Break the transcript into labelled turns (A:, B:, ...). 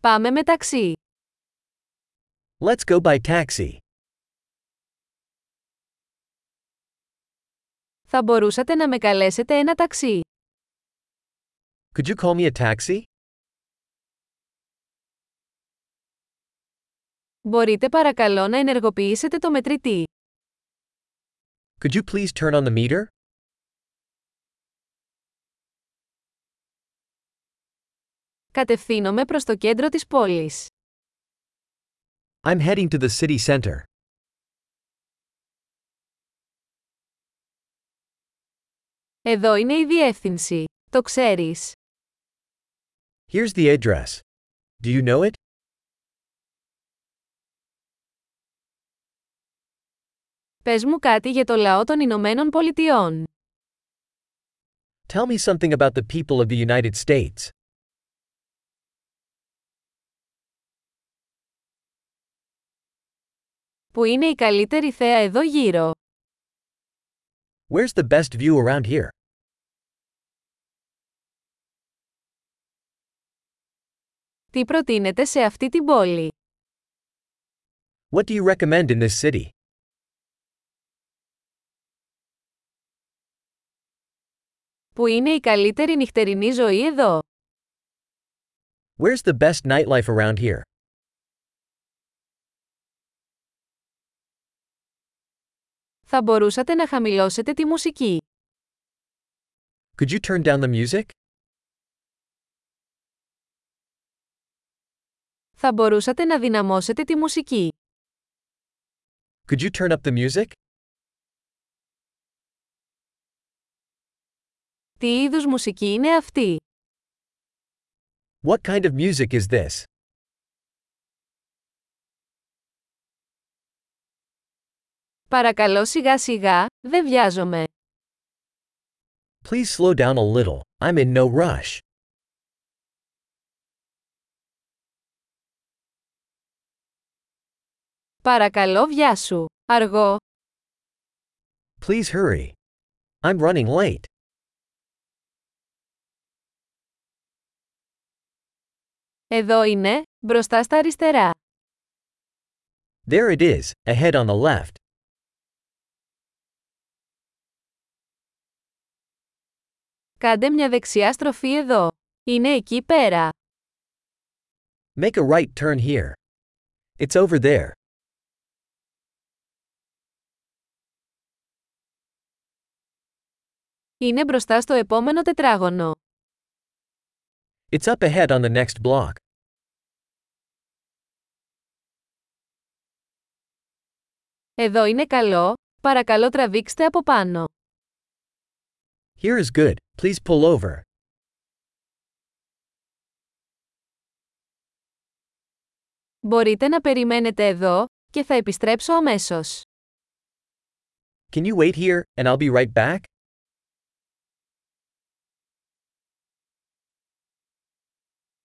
A: Πάμε με ταξί.
B: Let's go by taxi.
A: Θα μπορούσατε να με καλέσετε ένα ταξί.
B: Could you call me a taxi?
A: Μπορείτε παρακαλώ να ενεργοποιήσετε το μετρητή.
B: Could you please turn on the meter?
A: Κατευθύνομαι προς το κέντρο της πόλης.
B: I'm heading to the city center.
A: Εδώ είναι η διεύθυνση. Το ξέρεις.
B: Here's the address. Do you know it?
A: Πες μου κάτι για το λαό των Ηνωμένων Πολιτειών.
B: Tell me something about the people of the United States.
A: Που είναι η καλύτερη θέα εδώ γύρω.
B: Where's the best view around here?
A: Τι προτείνετε σε αυτή την πόλη.
B: What do you recommend in this city?
A: Που είναι η καλύτερη νυχτερινή ζωή εδώ.
B: Where's the best nightlife around here?
A: Θα μπορούσατε να χαμηλώσετε τη μουσική.
B: Could you turn down the music?
A: Θα μπορούσατε να δυναμώσετε τη μουσική.
B: Could you turn up the music?
A: Τι είδους μουσική είναι αυτή.
B: What kind of music is this?
A: Παρακαλώ σιγά σιγά, δεν βιάζομαι.
B: Please slow down a little. I'm in no rush.
A: Παρακαλώ βιάσου. Αργό.
B: Please hurry. I'm running late.
A: Εδώ είναι, μπροστά στα αριστερά.
B: There it is, ahead on the left.
A: Κάντε μια δεξιά στροφή εδώ. Είναι εκεί πέρα.
B: Make a right turn here. It's over there.
A: Είναι μπροστά στο επόμενο τετράγωνο.
B: It's up ahead on the next block.
A: Εδώ είναι καλό, παρακαλώ τραβήξτε από πάνω.
B: Here is good, please pull over.
A: Μπορείτε να περιμένετε εδώ και θα επιστρέψω αμέσως.
B: Can you wait here, and I'll be right back?